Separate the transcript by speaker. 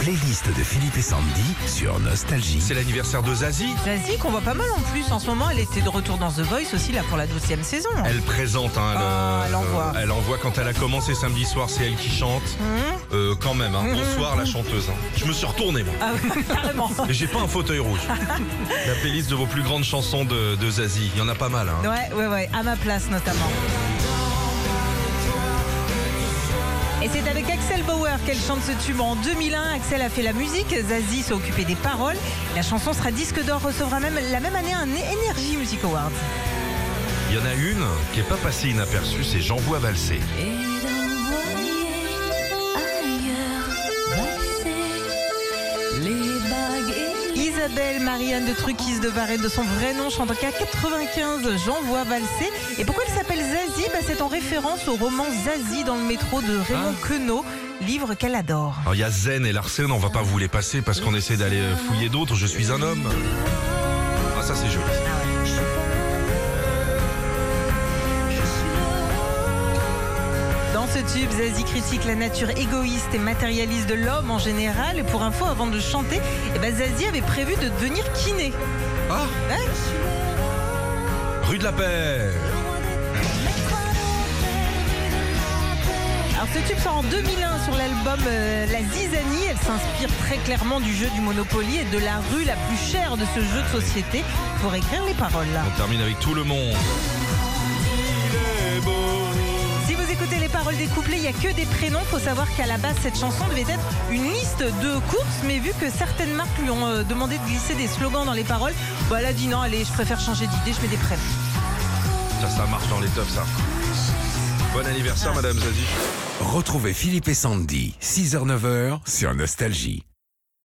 Speaker 1: playlist de Philippe et Sandy sur Nostalgie.
Speaker 2: C'est l'anniversaire de Zazie.
Speaker 3: Zazie qu'on voit pas mal en plus en ce moment. Elle était de retour dans The Voice aussi là pour la 12e saison.
Speaker 2: Elle présente, hein, le-
Speaker 3: Ah, elle envoie. Mmh.
Speaker 2: elle envoie quand elle a commencé samedi soir, c'est elle qui chante. Euh, quand même, hein. bonsoir la chanteuse. hein. Je me suis retourné, moi.
Speaker 3: Ah, carrément.
Speaker 2: Et j'ai pas un fauteuil rouge. La playlist de vos plus grandes chansons de, de Zazie. Il y en a pas mal. Hein.
Speaker 3: Ouais, ouais, ouais. À ma place notamment. Et c'est avec Axel Bauer qu'elle chante ce tube en 2001. Axel a fait la musique, Zazie s'est occupée des paroles. La chanson sera disque d'or, recevra même la même année un Energy Music Award.
Speaker 2: Il y en a une qui est pas passée inaperçue, c'est J'envoie valser.
Speaker 4: Et d'envoyer ailleurs valser les bagues et les
Speaker 3: Isabelle Marianne de Truquise de Varennes, de son vrai nom, chante en 95, Jean-Voix Valsé. Et pourquoi elle s'appelle Zazie Bah, C'est en référence au roman Zazie dans le métro de Raymond Queneau, livre qu'elle adore.
Speaker 2: Alors il y a Zen et Larsen, on va pas vous les passer parce qu'on essaie d'aller euh, fouiller d'autres. Je suis un homme. Ah ça c'est joli.
Speaker 3: Dans ce tube, Zazie critique la nature égoïste et matérialiste de l'homme en général. Et pour info, avant de le chanter, eh ben, Zazie avait prévu de devenir kiné.
Speaker 2: Ah
Speaker 3: Hein
Speaker 2: Rue de la paix
Speaker 3: Alors ce tube sort en 2001 sur l'album euh, La Zizanie. Elle s'inspire très clairement du jeu du Monopoly et de la rue la plus chère de ce jeu de société pour écrire les paroles. Là.
Speaker 2: On termine avec tout le monde.
Speaker 3: Si vous écoutez les paroles des couplets, il n'y a que des prénoms. Faut savoir qu'à la base, cette chanson devait être une liste de courses, mais vu que certaines marques lui ont euh, demandé de glisser des slogans dans les paroles, bah, elle a dit non, allez, je préfère changer d'idée, je mets des prénoms.
Speaker 2: Ça, ça marche dans les tops, ça. Bon anniversaire, Madame Zazie.
Speaker 1: Retrouvez Philippe et Sandy, 6h-9h sur Nostalgie.